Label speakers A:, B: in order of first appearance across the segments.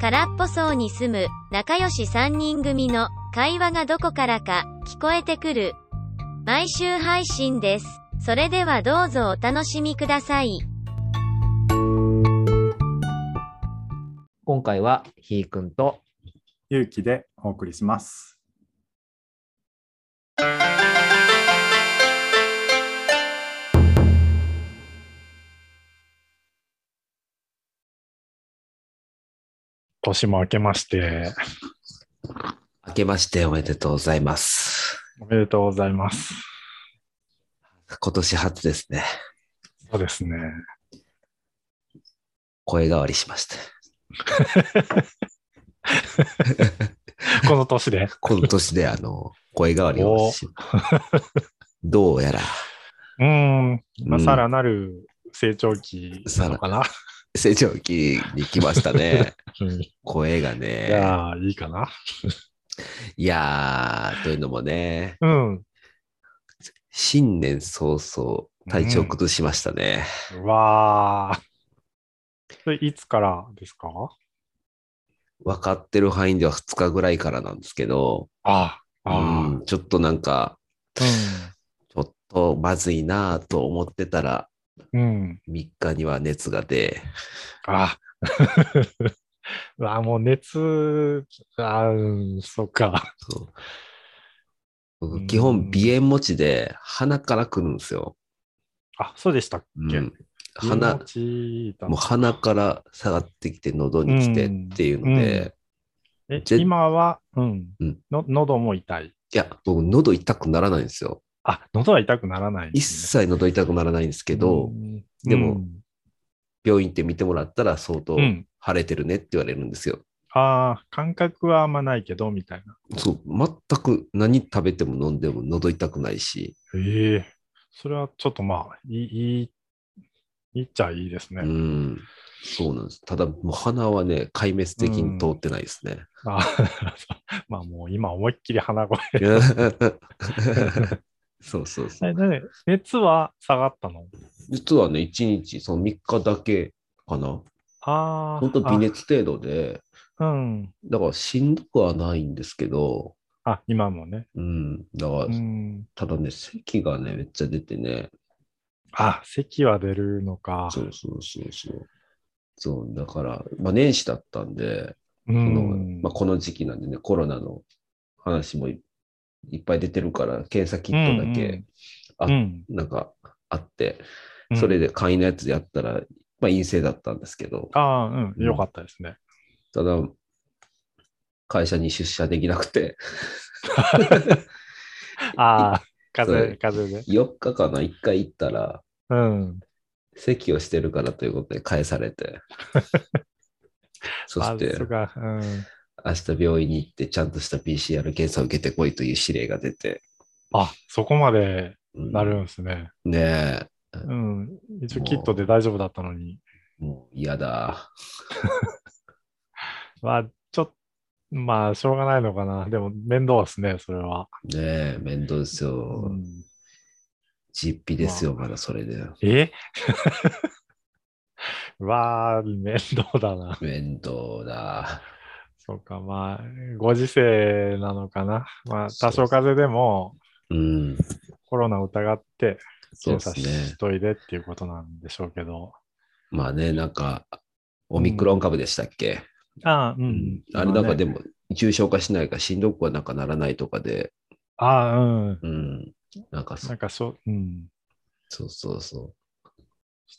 A: 空っぽそうに住む仲良し3人組の会話がどこからか聞こえてくる毎週配信です。それではどうぞお楽しみください。
B: 今回はひーくんと
C: 勇気でお送りします。
D: 年も明けまして、
E: 明けましておめでとうございます。
D: おめでとうございます。
E: 今年初ですね。
D: そうですね。
E: 声変わりしました。
D: この年 で。
E: この年であの、 声変わりをし、どうやら、
D: うーん。まあ、
E: うん
D: さらなる成長期なのかな。
E: 成長期に来まし たね。
D: うんい
E: 声がね。
D: やー、いいかな。
E: いやー、というのもね、
D: うん。
E: 新年早々、体調崩しましたね。
D: うわー。それいつからですか
E: 分かってる範囲では2日ぐらいからなんですけど、
D: ああ。あ
E: うんちょっとなんか、
D: ー
E: ちょっとまずいなぁと思ってたら、
D: うん。うん。
E: 3日には熱が出、
D: あ うわーもう熱、あーうん、そっか。
E: そう
D: う
E: 僕
D: ん
E: 基本、鼻炎持ちで、鼻から来るんですよ。
D: あ、そうでしたっ
E: う
D: け、
E: ん、鼻、
D: 気持ちいいだ
E: もう鼻から下がってきて、喉に来てっていうので、
D: うんうんえ
E: ぜ
D: 今は、うん
E: うん
D: の、喉も痛い。
E: いや、僕、喉痛くならないんですよ。
D: あ、喉は痛くならないんで
E: 一
D: すね、
E: 切喉痛くならないんですけど、
D: うん
E: でも
D: うん
E: 病院行って見てもらったら、相当
D: うん
E: 腫れてるねって言われるんですよ。
D: ああ、感覚はあんまないけど、みたいな。
E: そう、全く何食べても飲んでも喉痛くないし、
D: ええそれはちょっとまあ、いい、いい、いいっちゃいいですね。
E: うん、そうなんです。ただ、もう鼻はね、壊滅的に通ってないですね。
D: あーまあもう今思いっきり鼻声。
E: そうそうそう。
D: えで熱は下がったの
E: 実はね、1日、その3日だけかな。
D: ああ。
E: 本当微熱程度で、
D: あ。うん。
E: だからしんどくはないんですけど、
D: あ、今もね。
E: うん、だから、
D: うん。
E: ただね、咳がね、めっちゃ出てね、
D: あ、咳は出るのか。
E: そうそうそうそう。そう、だから、まあ、年始だったんで、
D: う
E: この
D: ん。
E: まあ、この時期なんでね、コロナの話もいいっぱい出てるから、検査キットだけ、あ
D: うん
E: なんかあって、
D: うん
E: それで簡易のやつでやったら、まあ、陰性だったんですけど、
D: ああ、うん。よかったです ね。
E: ただ、会社に出社できなくて、
D: ああ、風
E: それ
D: 邪、風邪で。
E: 4日かな、1回行ったら、
D: うん。
E: 席をしてるからということで返され て、そして
D: あ、そうかうん、
E: 明日病院に行って、ちゃんとした PCR 検査を受けてこいという指令が出て、
D: あそこまで
E: うん
D: なるんですね。
E: ねえ、
D: うん。一応、キットで大丈夫だったのに。
E: もう嫌だ。
D: まあ、ちょっと、まあ、しょうがないのかな。でも、面倒ですね、それは。
E: ねえ、面倒ですよ。
D: うん
E: 実費ですよ、まだそれで。
D: え うわあ、面倒だな。
E: 面倒だ。
D: そうか、まあ、ご時世なのかな。まあ、
E: そう
D: 多少風邪でも、
E: うん、
D: コロナ疑って、
E: そう
D: 検
E: で
D: 査
E: すね
D: し。といでっていうことなんでしょうけど。
E: まあね、なんか、オミクロン株でしたっけ、
D: ああ、う。
E: うんあれなんかで
D: も。
E: も、重症化しないかしんどくはなんかならないとかで、
D: ああ、うん。
E: うん、なんかそ
D: なんかしょ、うん。
E: そうそうそう。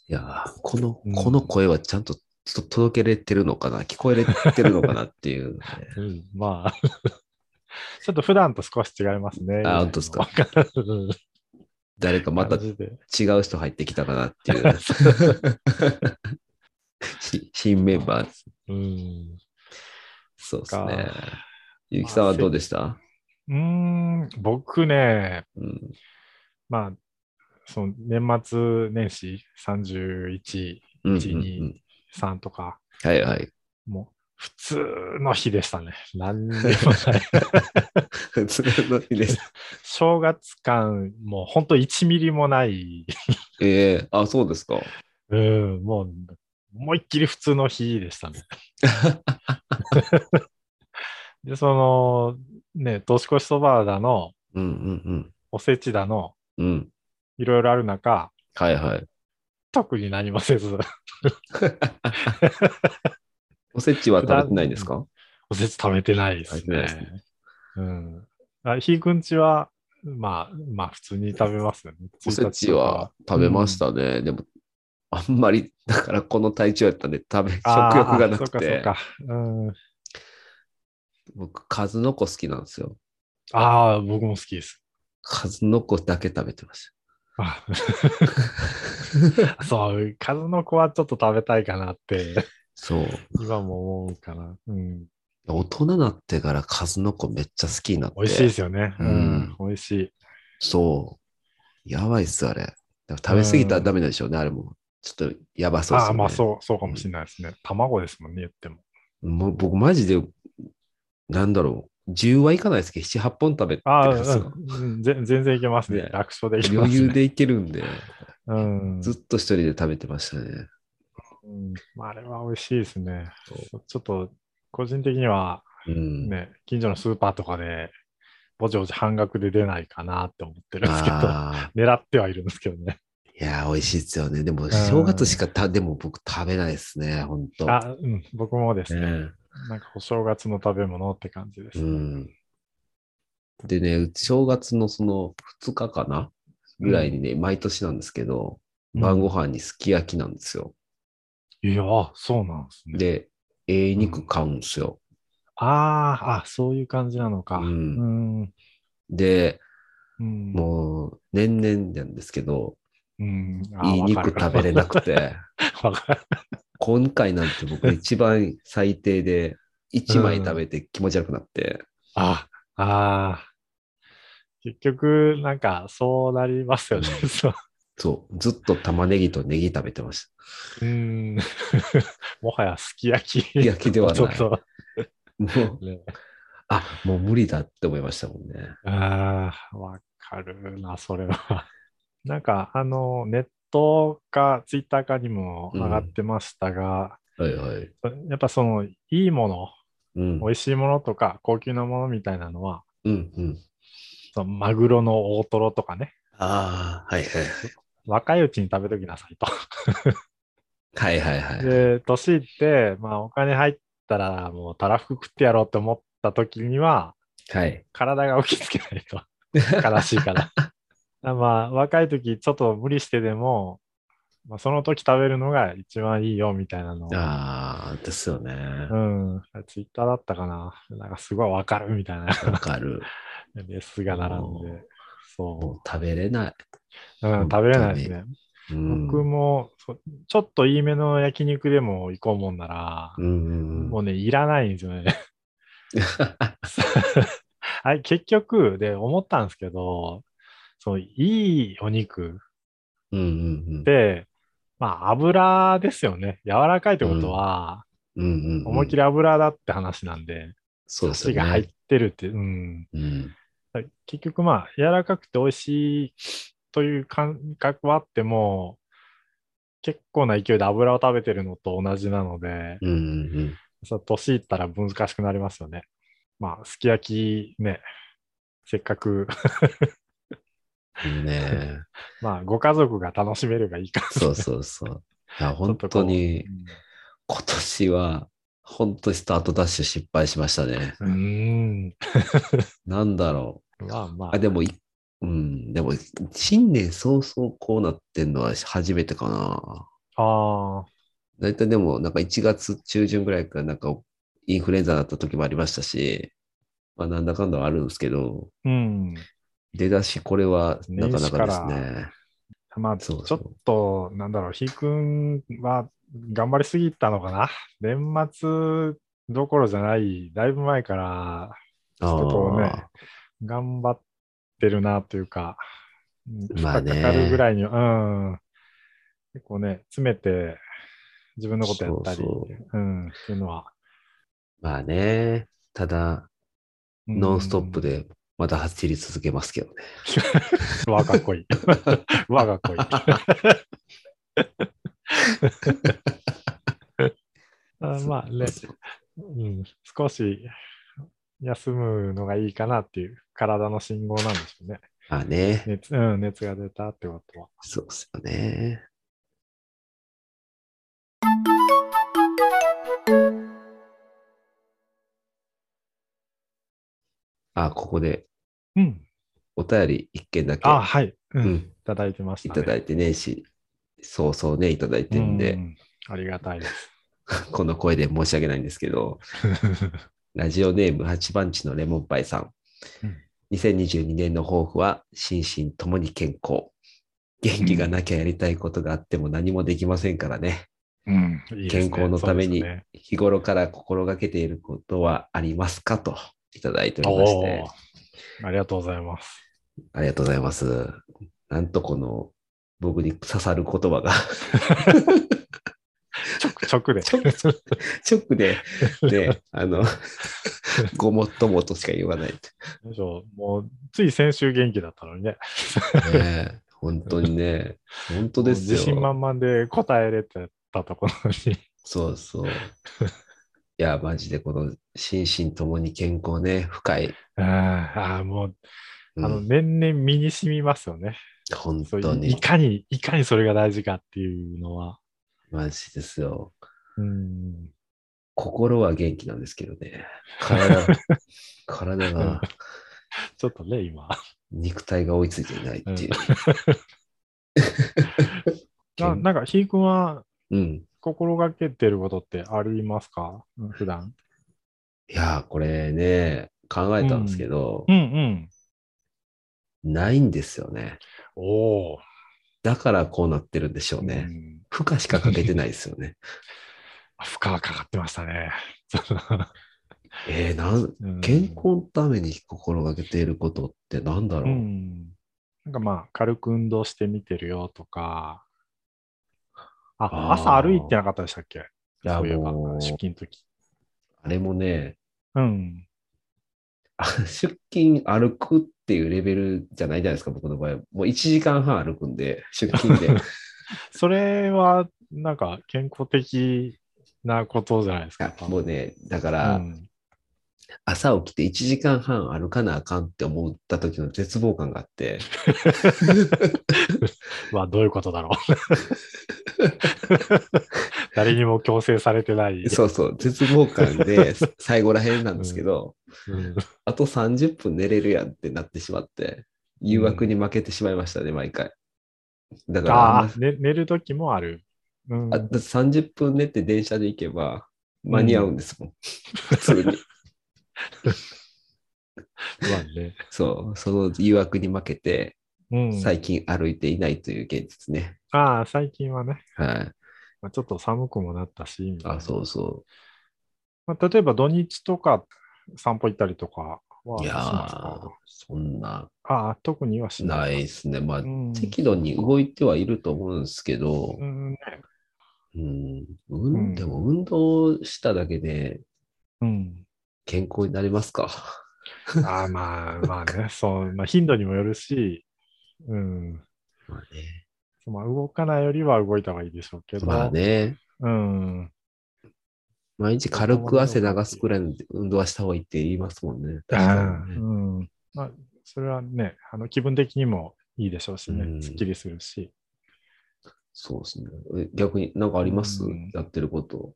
E: いやーこの
D: うん、
E: この声はちゃんとちょっと届けれてるのかな、聞こえれてるのかなっていうね、
D: うん、まあ。 ちょっと普段と少し違いますね。
E: あ本当ですか。
D: うん
E: 誰かまた
D: 感じで
E: 違う人入ってきたかなって いう。し新メンバー、
D: うん。
E: そうです
D: そっ
E: ね
D: か。
E: ゆきさんはどうでした、
D: うーん、僕ね、
E: うん、
D: まあ、その年末年始31、
E: うんうん
D: 一
E: うん
D: 二3とか、
E: はい はい。
D: もう普通の日でしたね。何にもない。
E: 普通の日です。
D: 正月感、もう本当1ミリもない。
E: ええあ、そうですか。
D: うん、もう思いっきり普通の日でしたね。で、その、ね、年越しそばだの、
E: うんうん
D: おせちだの、
E: うん。うん。
D: いろいろある中、
E: は いはい。
D: 特に何もせず、
E: おせちは食べてないんですか
D: おせち食べてないです
E: 食べてないです
D: ね。うん。あひいくんちは、まあ、まあ普通に食べますよね。
E: おせちは食べましたね。でも、あんまり、だからこの体調やったんで、食べ、食
D: あー。
E: 欲がなく
D: そう
E: て、
D: かそうか。うん、
E: 僕、数の子好きなんですよ。
D: ああ、僕も好きです。
E: 数の子だけ食べてまし
D: あ
E: た。
D: そう、数の子はちょっと食べたいかなって、
E: そう。
D: 今も思うかな。うん。
E: 大人になってから数の子めっちゃ好きになって。
D: 美味しいですよね。う
E: うん
D: ん。美味しい。
E: そう。やばいっす、あれ。だから食べ過ぎたらダメなんでしょうね、あれも。ちょっとやばそうです
D: あ
E: よ
D: あ、
E: ね。
D: まあそう、そうかもしれないですね。卵ですもんね、言っても。
E: もう僕、マジで、なんだろう。10はいかないですけど、7、8本食べて
D: ああ、
E: るんですよ。
D: うん、ぜ全然いけますね
E: ね。
D: 楽勝でいけます
E: 余
D: ね。
E: 裕でいけるんで、
D: うん。
E: ずっと一人で食べてましたね。
D: うんまああれは美味しいですね。ちょっと、個人的には
E: うん。
D: ね、近所のスーパーとかで、ぼちぼち半額で出ないかなって思ってるんですけど、
E: ああ、
D: 狙ってはいるんですけどね。
E: いやー、美味しいですよね。でも、正月しかた、でも僕食べないですね、本当
D: あ、うん、僕もですね。
E: ね
D: なんかお正月の食べ物って感じです。
E: うん。でね、うち正月のその2日かなぐらいにね、毎年なんですけど、晩ご飯にすき焼きなんですよ。
D: いや、あそうなんですね。
E: で、ええ肉買うんですよ。
D: あーあ、そういう感じなのか。
E: う
D: うんん。
E: で、
D: うん、
E: もう年々なんですけど、
D: うん、あー
E: いい肉食べれなく。て、
D: わかる
E: 今回なんて僕一番最低で、1枚食べて気持ち悪くなって、
D: ああー。結局、なんか、そうなりますよね。 そう
E: そう、ずっと玉ねぎとネギ食べてました。
D: うん。 もはやすき焼き。す
E: き焼きではない
D: ちょっと、
E: もう、
D: ね、
E: あ、もう無理だって思いましたもんね。
D: ああ、わかるな、それは。 なんか、あの、ネットか、ツイッターかにも上がってましたが、
E: はいはい。
D: やっぱその、いいも
E: う
D: の、
E: ん
D: 美味しいものとか、高級なものみたいなのは、
E: うんうん。
D: そのマグロの大トロとかね、
E: ああ、はいはい。
D: 若いうちに食べときなさい
E: はいはいは
D: と。
E: い。
D: で、年いって、まあ、お金入ったら、もう、たらふく食ってやろうって思った時には、
E: はい。
D: 体が起きつけない と。悲しいから。あまあ、若い時ちょっと無理してでも、まあ、その時食べるのが一番いいよみたいなのを。
E: ああ、ですよね。
D: うん。ツイッターだったかな。なんかすごいわかるみたいな
E: わかる。
D: レスが並ん
E: おー
D: で。
E: もう
D: そ
E: 食べれない。
D: う。うん、食べれないですね。
E: うん、
D: 僕もそう、ちょっといいめの焼肉でも行こうもんなら、
E: うんうんう
D: も
E: ん。
D: うね、いらないんですよね。 はい、結局、で、思ったんですけど、そう、いいお肉、
E: うんうん
D: で、まあ、油ですよね。柔らかいってことは、
E: うん。うんうんうん
D: 思いっきり油だって話なんで、
E: そうです
D: 土
E: よ
D: が入っ
E: ね。
D: てるって、うん。
E: うん。
D: 結局、まあ、柔らかくて美味しいという感覚はあっても、結構な勢いで油を食べてるのと同じなので、
E: うんうん
D: そう年いったら難しくなりますよね。まあ、すき焼きね、せっかく、
E: うん。いいね。
D: まあ、ご家族が楽しめればいいから、
E: そうそうそう。いや、
D: ちょ
E: 本
D: っとこ
E: 当
D: う
E: に、今年は、本当スタートダッシュ失敗しましたね。
D: うん。
E: なんだろう。
D: うんまあまあ
E: あ、。でもい、うん、でも、新年早々こうなってんのは初めてかな。
D: ああ。
E: だいたいでも、なんか1月中旬ぐらいからなんかインフルエンザになった時もありましたし、まあなんだかんだはあるんですけど、
D: うん。
E: 出だしこれはなかなかで
D: 年
E: すね。
D: まあ、
E: そう
D: ち
E: そ
D: ょっ
E: う
D: と、なんだろう、ひーくんは頑張りすぎたのかな。年末どころじゃない、だいぶ前から
E: あ
D: ちょっとね
E: あ
D: 頑張ってるなというか、うん負荷
E: まあ
D: か
E: ね
D: かるぐらいには、うん。結構ね、詰めて自分のことやったり、
E: そう
D: うん、っていうのは。
E: まあね、ただ、
D: うん
E: ノンストップ。でまた走り続けますけどね。
D: わが こい。わがこい。ああまあね、うん、少し休むのがいいかなっていう体の信号なんでしょうね。
E: まあね、
D: 熱,、うん、熱が出たってことは。
E: そうですよね。あ、ここで
D: うん。
E: お便り一件だけ、
D: あ、はい。う。
E: うん
D: い
E: ん、
D: ただいてまし
E: い
D: た、ね。
E: ただいてねし、そうそうね、いただいて
D: うん
E: で、
D: んありがたい です。
E: この声で申し訳ないんですけど、ラジオネーム8番地のレモンパイさん
D: うん。
E: 2022年の抱負は、心身ともに健康。元気がなきゃやりたいことがあっても何もできませんからね。
D: うん、いいですね
E: 健康のために
D: そうですね
E: 日頃から心がけていることはありますかといただいておりまし
D: お
E: て
D: ー、ありがとうございます。
E: ありがとうございます。なんとこの僕に刺さる言葉が
D: 直直で。
E: 直で、ね、あの、ごもっともとしか言わない。
D: そうもう、つい先週元気だったのにね。
E: ね、本当にね、本当ですよ。
D: 自信満々で答えれてたところ に。
E: そ うそう。いや、マジでこの心身ともに健康ね、深い。
D: うんああ、もう、
E: うん
D: あの、年々身に染みますよね。
E: 本
D: そう
E: 当
D: いい
E: に、
D: かに、いかにそれが大事かっていうのは。
E: マジですよ。
D: うん。
E: 心は元気なんですけどね。 体、体が、
D: ちょっとね、 今。
E: 肉体が追いついていないっていう。
D: ななんか、ひーくんは
E: うん。
D: 心がけてることってありますか普段。
E: いやー、これね、考えたんですけど、
D: うんうん。
E: ないんですよね。
D: おお。
E: だからこうなってるんでしょうね。
D: うん
E: 負荷しかかけてないですよね。
D: 負荷がかかってましたね。
E: えー、なん
D: うん
E: 健康のために心がけていることってなんだろ
D: う
E: う、
D: ん。なんかまあ、軽く運動してみてるよとか。あ、
E: あー
D: 朝歩いてなかったでしたっけ
E: や
D: そういえば
E: も、う
D: 出勤の時。
E: あれもね、
D: うん。
E: あ出勤歩くっていうレベルじゃないじゃないですか、僕の場合。もう1時間半歩くんで、出 勤で。
D: それは、なんか、健康的なことじゃないですか。
E: あもうね、だか
D: う
E: ら、
D: ん、
E: 朝起きて1時間半歩かなあかんって思った時の絶望感があって、
D: はどういうことだろう。 誰にも強制されてない。
E: そうそう、絶望 感で最後らへんなんですけど、
D: うん
E: あと30分寝れるやんってなってしまって、誘惑に負けてしまいましたね、毎回。だからあ
D: あ
E: んま
D: あ、ね、寝る時もある。うん
E: あだって30分寝て電車で行けば間に合うんです もん。普通に。
D: まあね
E: そう、その誘惑に負けて、
D: うん、
E: 最近歩いていないという現実ね。
D: ああ、最近はね、
E: はい。
D: まあ、ちょっと寒くもなったし、みたいな
E: あ、そうそ
D: まあ、例えば土日とか散歩行ったりとかは
E: う。い
D: し
E: や
D: ます
E: ー
D: か、
E: そんな、
D: ああ、特にはしな。
E: ないいですね。まあ
D: う、ん
E: 適度に動いてはいると思うんですけど
D: う、んね
E: うん、
D: ん
E: でも運動しただけで
D: うん、
E: 健康になりますか。
D: ああ、まあまあね、そう、まあ、頻度にもよるし、うん、
E: まあね。
D: まあ、動かないよりは動いた方がいいでしょうけど、
E: まあね。
D: うん、
E: 毎日軽く汗流すくらいの運動はした方がいいって言いますもんね。確かにね
D: うん、まあ、それはね、あの気分的にもいいでしょうしね、
E: うん
D: すっきりするし、
E: そうですね。え逆になんかあります
D: うん
E: やってること。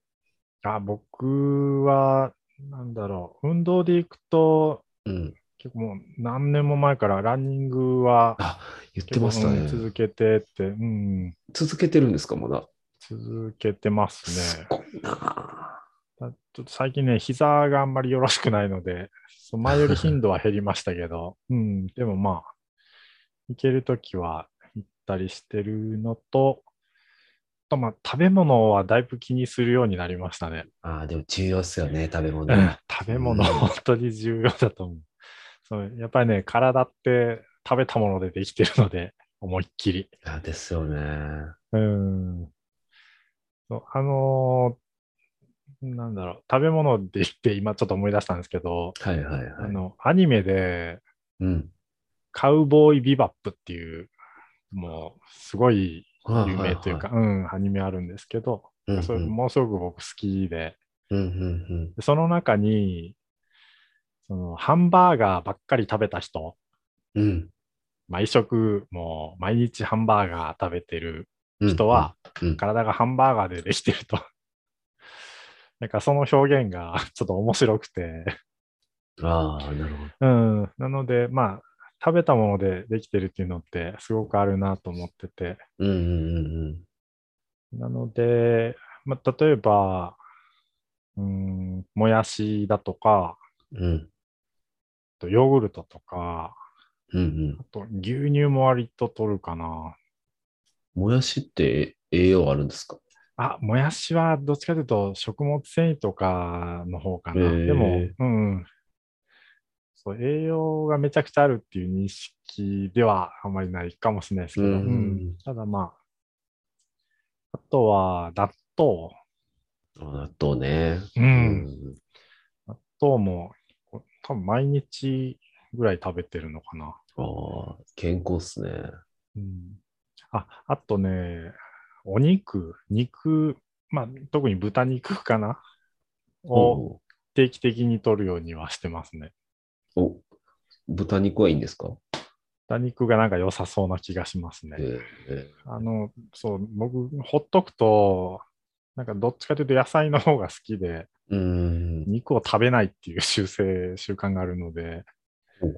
D: あ僕は、なんだろう、運動で行くと、
E: うん。
D: 結構もう何年も前からランニングは
E: あ、言ってました
D: うん
E: ね。
D: 続けてって、うん、
E: 続けてるんですか、まだ。
D: 続けてます
E: す
D: ね。
E: ごいな
D: たちょっと最近ね、膝があんまりよろしくないので、そう前より頻度は減りましたけ ど、うん、でもまあ、行けるときは行ったりしてるのと、あとまあ、食べ物はだいぶ気にするようになりましたね。
E: あ。ああ、でも重要っすよね、食べ物。
D: 食べ物、
E: うん
D: 本当に重要だと思う。そうやっぱりね、体って食べたものでできてるので、思いっきり。
E: あですよね。
D: うん。そうあのーなんだろう、食べ物で言って今ちょっと思い出したんですけど、
E: はいはいはい。
D: あの、アニメで
E: うん。
D: カウボーイビバップっていう、もうすごい
E: 有
D: 有名というか、うん、アニメあるんですけど、
E: うんうん
D: それものすごく僕好きで、
E: うんうん
D: でその中に、そのハンバーガーばっかり食べた人、
E: うん。うん
D: 毎食もう毎日ハンバーガー食べてる
E: うん。
D: 人は、
E: うんうん
D: 体がハンバーガーでできてると。 なんかその表現が ちょっと面白くて、
E: ああ、なるほど。
D: うん。なので、まあ、食べたものでできてるっていうのってすごくあるなと思ってて。
E: うんうんうん
D: なので、まあ、例えば、うん、もやしだとか、
E: うん。うん
D: あとヨーグルトとか、
E: うんうん
D: あ。と牛乳も割と取るかな。
E: もやしって栄養あるんですか
D: あ、もやしはどっちかというと食物繊維とかの方か
E: へ
D: な。
E: ー
D: でも、うん。そう、栄養がめちゃくちゃあるっていう認識ではあんまりないかもしれないですけど、
E: うん
D: うんただまあ、あとは納豆。
E: あ納豆ね。
D: う。
E: うん
D: 納豆もこ多分毎日ぐらい食べてるのかな。
E: ああ、健康っすね。
D: うんあ、あとね、お肉、肉、まあ、特に豚肉かなを
E: お
D: 定期的に取るようにはしてますね。
E: お、豚肉はいいんですか
D: 豚肉がなんか良さそうな気がしますね。
E: ええ
D: あの、そう、僕、ほっとくと、なんかどっちかというと野菜の方が好きで、
E: うん。
D: 肉を食べないっていう 習性、習慣があるので、
E: ほう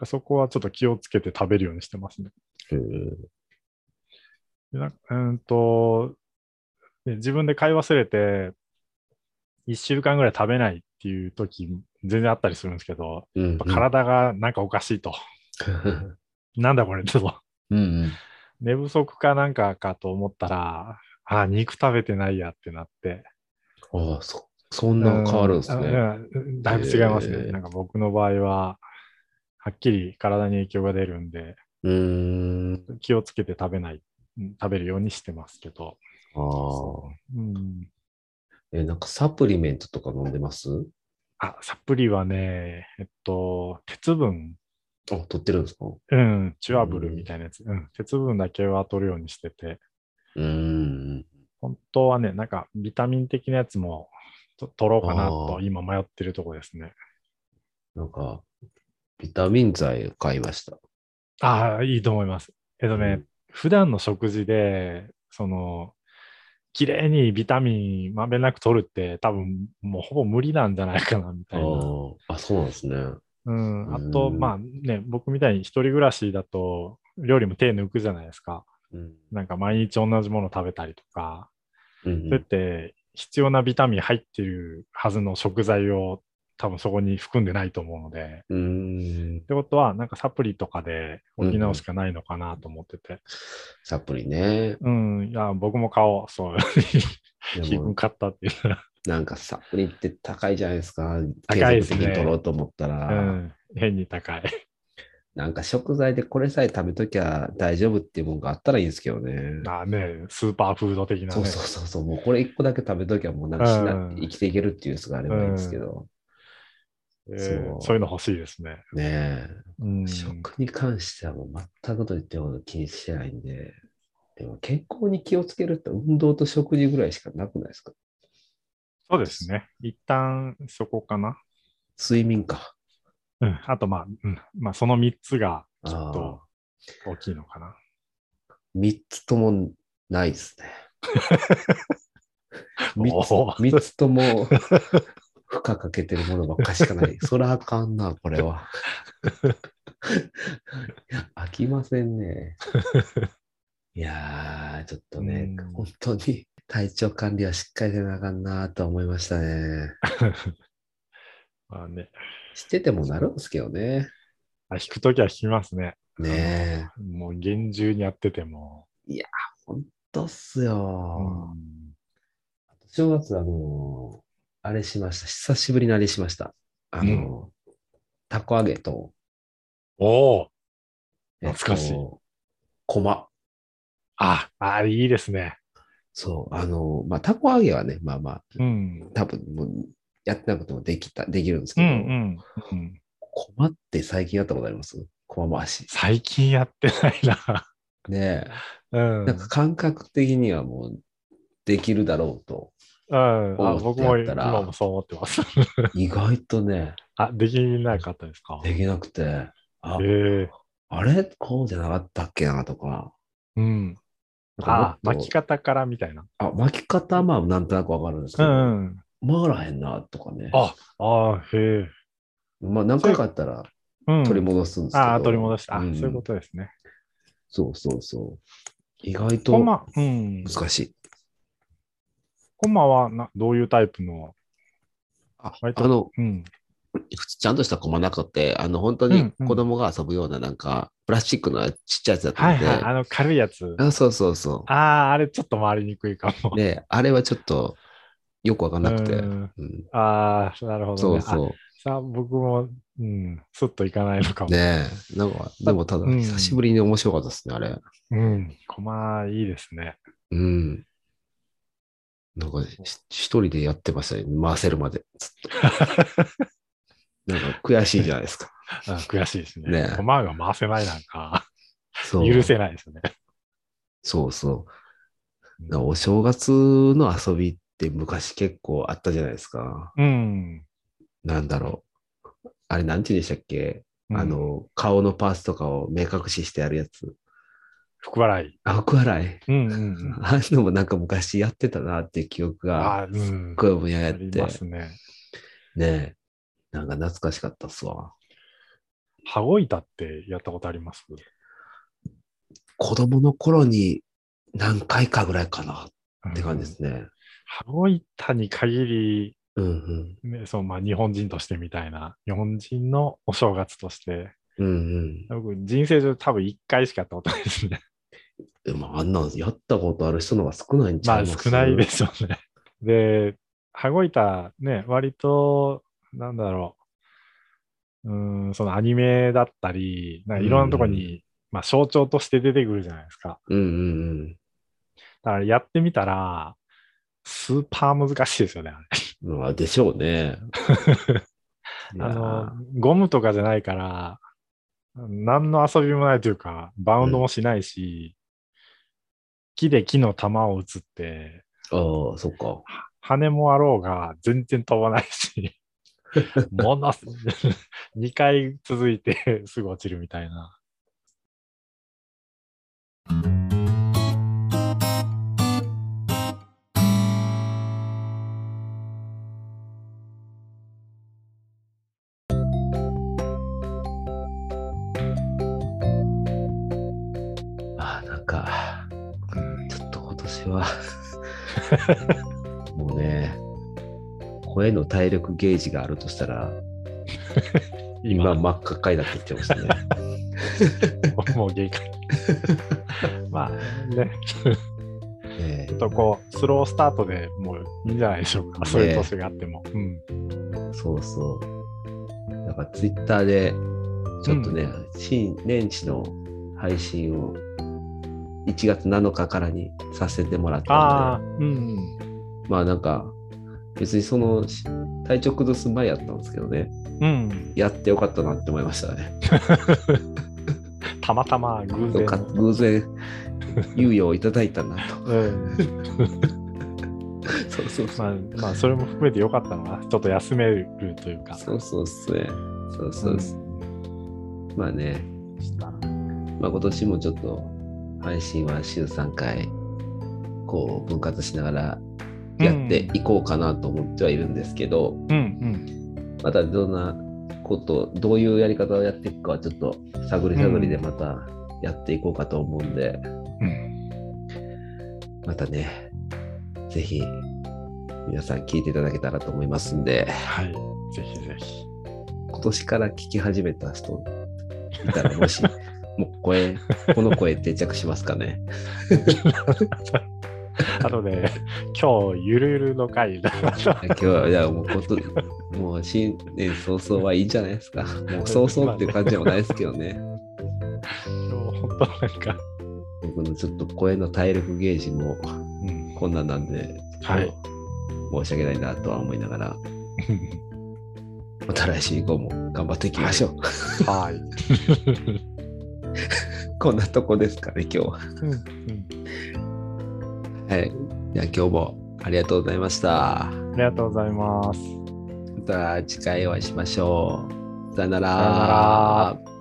E: ほ
D: そこはちょっと気をつけて食べるようにしてますね。
E: う。へえ
D: でなうーんと、ね自分で買い忘れて、1週間ぐらい食べないっていう時、全然あったりするんですけど、
E: うんうん
D: やっぱ体がなんかおかしいと。なんだこれ、と。
E: うんうん。
D: 寝不足かなんかかと思ったら、あー、肉食べてないやってなって。
E: ああ、そ、そんな変わるんです
D: う
E: ね。
D: うんだいぶ違いますね。
E: へー
D: なんか僕の場合は、はっきり体に影響が出るんで、
E: うーん。
D: 気をつけて食べない、うん食べるようにしてますけど。
E: ああ。
D: うん
E: え、なんかサプリメントとか飲んでます
D: あ、サプリはね、えっと、鉄分、
E: あ、取ってるんですかう
D: うん、チュアブルみたいなやつ、うん、鉄分だけは取るようにしてて、
E: ーん。
D: 本当はね、なんかビタミン的なやつもと取ろうかなと
E: あ
D: 今迷ってるとこですね。
E: なんか、ビタミン剤を買いました。
D: ああ、いいと思います。えっとね、
E: うん
D: 普段の食事で、その、綺麗にビタミンまんべんなく取るって多分もうほぼ無理なんじゃないかなみ
E: あ
D: たいな。
E: ーあ、そうなんですね。
D: うん、あ
E: う
D: と、
E: ん
D: まあね、僕みたいに一人暮らしだと料理も手抜くじゃないですか。
E: うん。
D: なんか毎日同じもの食べたりとか、
E: うん
D: そう
E: う
D: やっ
E: ん
D: て必要なビタミン入ってるはずの食材を多分そこに含んでないと思うので、
E: うーん
D: ってことはなんかサプリとかで補うしかないのかなと思ってて、
E: サプリね。
D: うん、いや、僕も買おう、そう、
E: で
D: 気分
E: も、
D: 買ったっていう。
E: なんかサプリって高いじゃないですか。
D: 高いですね
E: 継続的に取ろうと思った
D: う
E: ら、
D: ん、変に高い。
E: なんか食材でこれさえ食べときゃ大丈夫っていうもんがあったらいいんですけどね。
D: あね、スーパーフード的な
E: そ
D: ね。
E: うそうそうそう、もうこれ一個だけ食べときゃもうなんかしな、
D: うん
E: 生きていけるっていうやつがあればいいんですけ
D: え
E: ど。
D: ー
E: そう
D: そういうの欲しいですね。
E: ね
D: うん
E: え、食に関してはもう全くと言っても気にしてないんで、でも健康に気をつけるって運動と食事ぐらいしかなくないですか
D: そうですね。一旦そこかな。
E: 睡眠か。
D: うん、あとまあ、うん、まあその3つがきっ
E: あ
D: と
E: あ、
D: 大きいのかな。
E: 3つともないです ね。
D: お
E: 3
D: ー
E: つ三つとも負荷かけてるものばっかしか ない。そらあかんな、これは。飽きませんね。いやー、ちょっとね
D: うん、
E: 本当に体調管理はしっかりせなあかんなと思いましたね。
D: まあね、
E: しててもなるんですけどね。
D: あ弾くときは弾きますね。
E: ねえ、
D: もう厳重にやってても。
E: どうっすよ。
D: うん
E: 正月、あのーあれしました。久しぶりにあれしました。あのーたこ揚げと、
D: おお
E: えっと
D: 懐かしい。
E: こま。
D: あ、あれいいですね。
E: そう、あのーまあ、たこ揚げはね、まあまあ、
D: うん。
E: 多分もうやってなくてもできた、できるんです
D: う
E: け
D: んう
E: ど、
D: ん、うん。
E: こまって最近やったことありますこま回し。
D: 最近やってないな。
E: ね
D: う
E: え、
D: ん。
E: なんか感覚的にはもうできるだろうと
D: うん、あ
E: 思っ
D: 僕
E: てや
D: も
E: ったら
D: 今もそう思ってます。
E: 意外とね、
D: あ、できなかったですか
E: できなくて、あ、
D: ええ
E: あれこうじゃなかったっけなとか、
D: うん。
E: なん
D: あ
E: か、もっと
D: 巻き方からみたいな。
E: あ、巻き方はまあなんとなくわかるんですけ
D: う
E: ど、
D: ん、うん。
E: 回らへんなとかね。
D: あああ、へえ。
E: まあ何回かあったら
D: うん。
E: 取り戻すんですけど。
D: ああ、取り戻した。あ、
E: ん
D: そういうことですね。
E: そうそうそう。意外と
D: コ
E: 難
D: マ、うん。
E: しい。
D: コマはなどういうタイプの、
E: あ
D: 割と
E: あの、
D: うん。
E: 普通ちゃんとしたコマなくて、あの、本当
D: うん
E: に
D: うん
E: 子供が遊ぶような、なんか、プラスチックのちっちゃいやつだった
D: はい
E: ので、
D: はい、あの軽いやつ。
E: あそうそうそ
D: ああ、あれちょっと回りにくいかも
E: う。。で、あれはちょっとよくわかんなくて、
D: う
E: うんん
D: ああ、なるほど
E: そ
D: ね。
E: うそ
D: あさあ、僕も、うん、すっといかないのか
E: う。
D: も。
E: ねえ、なんか、でもただ、
D: うん
E: 久しぶりに面白かったですね、あれ。
D: うん、コマいいですね。
E: うん。なんかね、し一人でやってましたね、回せるまで、 ずっと。なんか、悔しいじゃない ですか。
D: うん悔しいですね。
E: ねえ
D: コマが回せないなんか、
E: そう。
D: 許せないですね。
E: そうそう。だからお正月の遊びって昔結構あったじゃないですか。
D: うん。
E: なんだろう。あれ、なんて言うんでしたっけ、
D: うん
E: あ、の、顔のパーツとかを目隠ししてやるやつ。
D: 福笑い。
E: あ、福笑い。
D: うんうんうん。
E: ああいうのもなんか昔やってたなっていう記憶が、
D: あーうん。
E: こういうもんや
D: あ
E: っ
D: り
E: て、ね
D: ますね。
E: えなんか懐かしかったっすわ。
D: 羽子板ってやったことあります
E: 子供の頃に何回かぐらいかなって感じで
D: うん
E: すね。
D: 羽子板に限り、
E: うんうん。
D: ね、そのまあ日本人としてみたいな、日本人のお正月として、
E: うんうん。
D: 僕人生上多分1回しかやったことないですね。
E: でもあんなんやったことある人の方が少ないんち
D: ま
E: ゃい
D: あ
E: ます
D: 少ないでしょうね。 で、羽子板ね、割と、なんだろう、うーん、そのアニメだったり、なんかいろんなとこに、まあ象徴として出てくるじゃないですか。
E: うんうんうん。
D: だからやってみたら、スーパー難しいですよね、あれ。
E: まあ、でしょうね。い や
D: あの、ゴムとかじゃないから、何の遊びもないというか、バウンドもしないし、木で木の玉を打つって、
E: ああ、そっか。
D: 羽もあろうが全然飛ばない し、ものす、2回続いてすぐ落ちるみたいな。
E: ああ、なんか、ちょっと今 年は、もうね、声の体力ゲージがあるとしたら、今、真っ赤っかになってき てますね。
D: もう限界。 まあね、
E: え
D: ちょっとこう、スロースタートでもういいんじゃないでしょうか。そういう年があっても。うん。
E: えそうそう。なんか、ツイッターで、ちょっとね、新年始の配信を1月7日からにさせてもらった
D: ああ、
E: んで、
D: うん。
E: まあなんか、別にその、し体調崩す前やったんですけどね、
D: うん。
E: やってよかったなって思いましたね。
D: たまたま偶然。
E: よかった偶然猶予をいただいたなと
D: うん
E: そうそう
D: ま
E: そ
D: あ
E: う。
D: まあそれも含めてよかったのはちょっと休めるというか
E: そうそうっすね。そうそうっす。まあね、まあ、今年もちょっと配信は週3回、こう分割しながらやっていこうかなと思ってはいるんですけど、
D: うんうん
E: またどんなこと、どういうやり方をやっていくかはちょっと探り探りでまたやっていこうかと思うんで、
D: うん
E: またね、ぜひ皆さん聞いていただけたらと思いますんで、
D: はいぜひぜひ
E: 今年から聞き始めた人いたらもし、もう声、この声定着しますかね。
D: あとね 今日ゆるゆるの回だ
E: 今日は、いや、もうこと、もう新年早々はいいんじゃないですか。もう早々っていう感じでもないですけどね。
D: 今日本当なんか、
E: 僕のちょっと声の体力ゲージも
D: うん、
E: こんなんなんで、
D: はい
E: 申し訳ないなとは思いながら、また来週以降も頑張っていきましょう。
D: はい、
E: こんなとこですかね、今日は。
D: うんうん
E: はい。じゃあ今日もありがとうございました。
D: りがとうございます。
E: また次回お会いしましょう。さよなら。
D: さよなら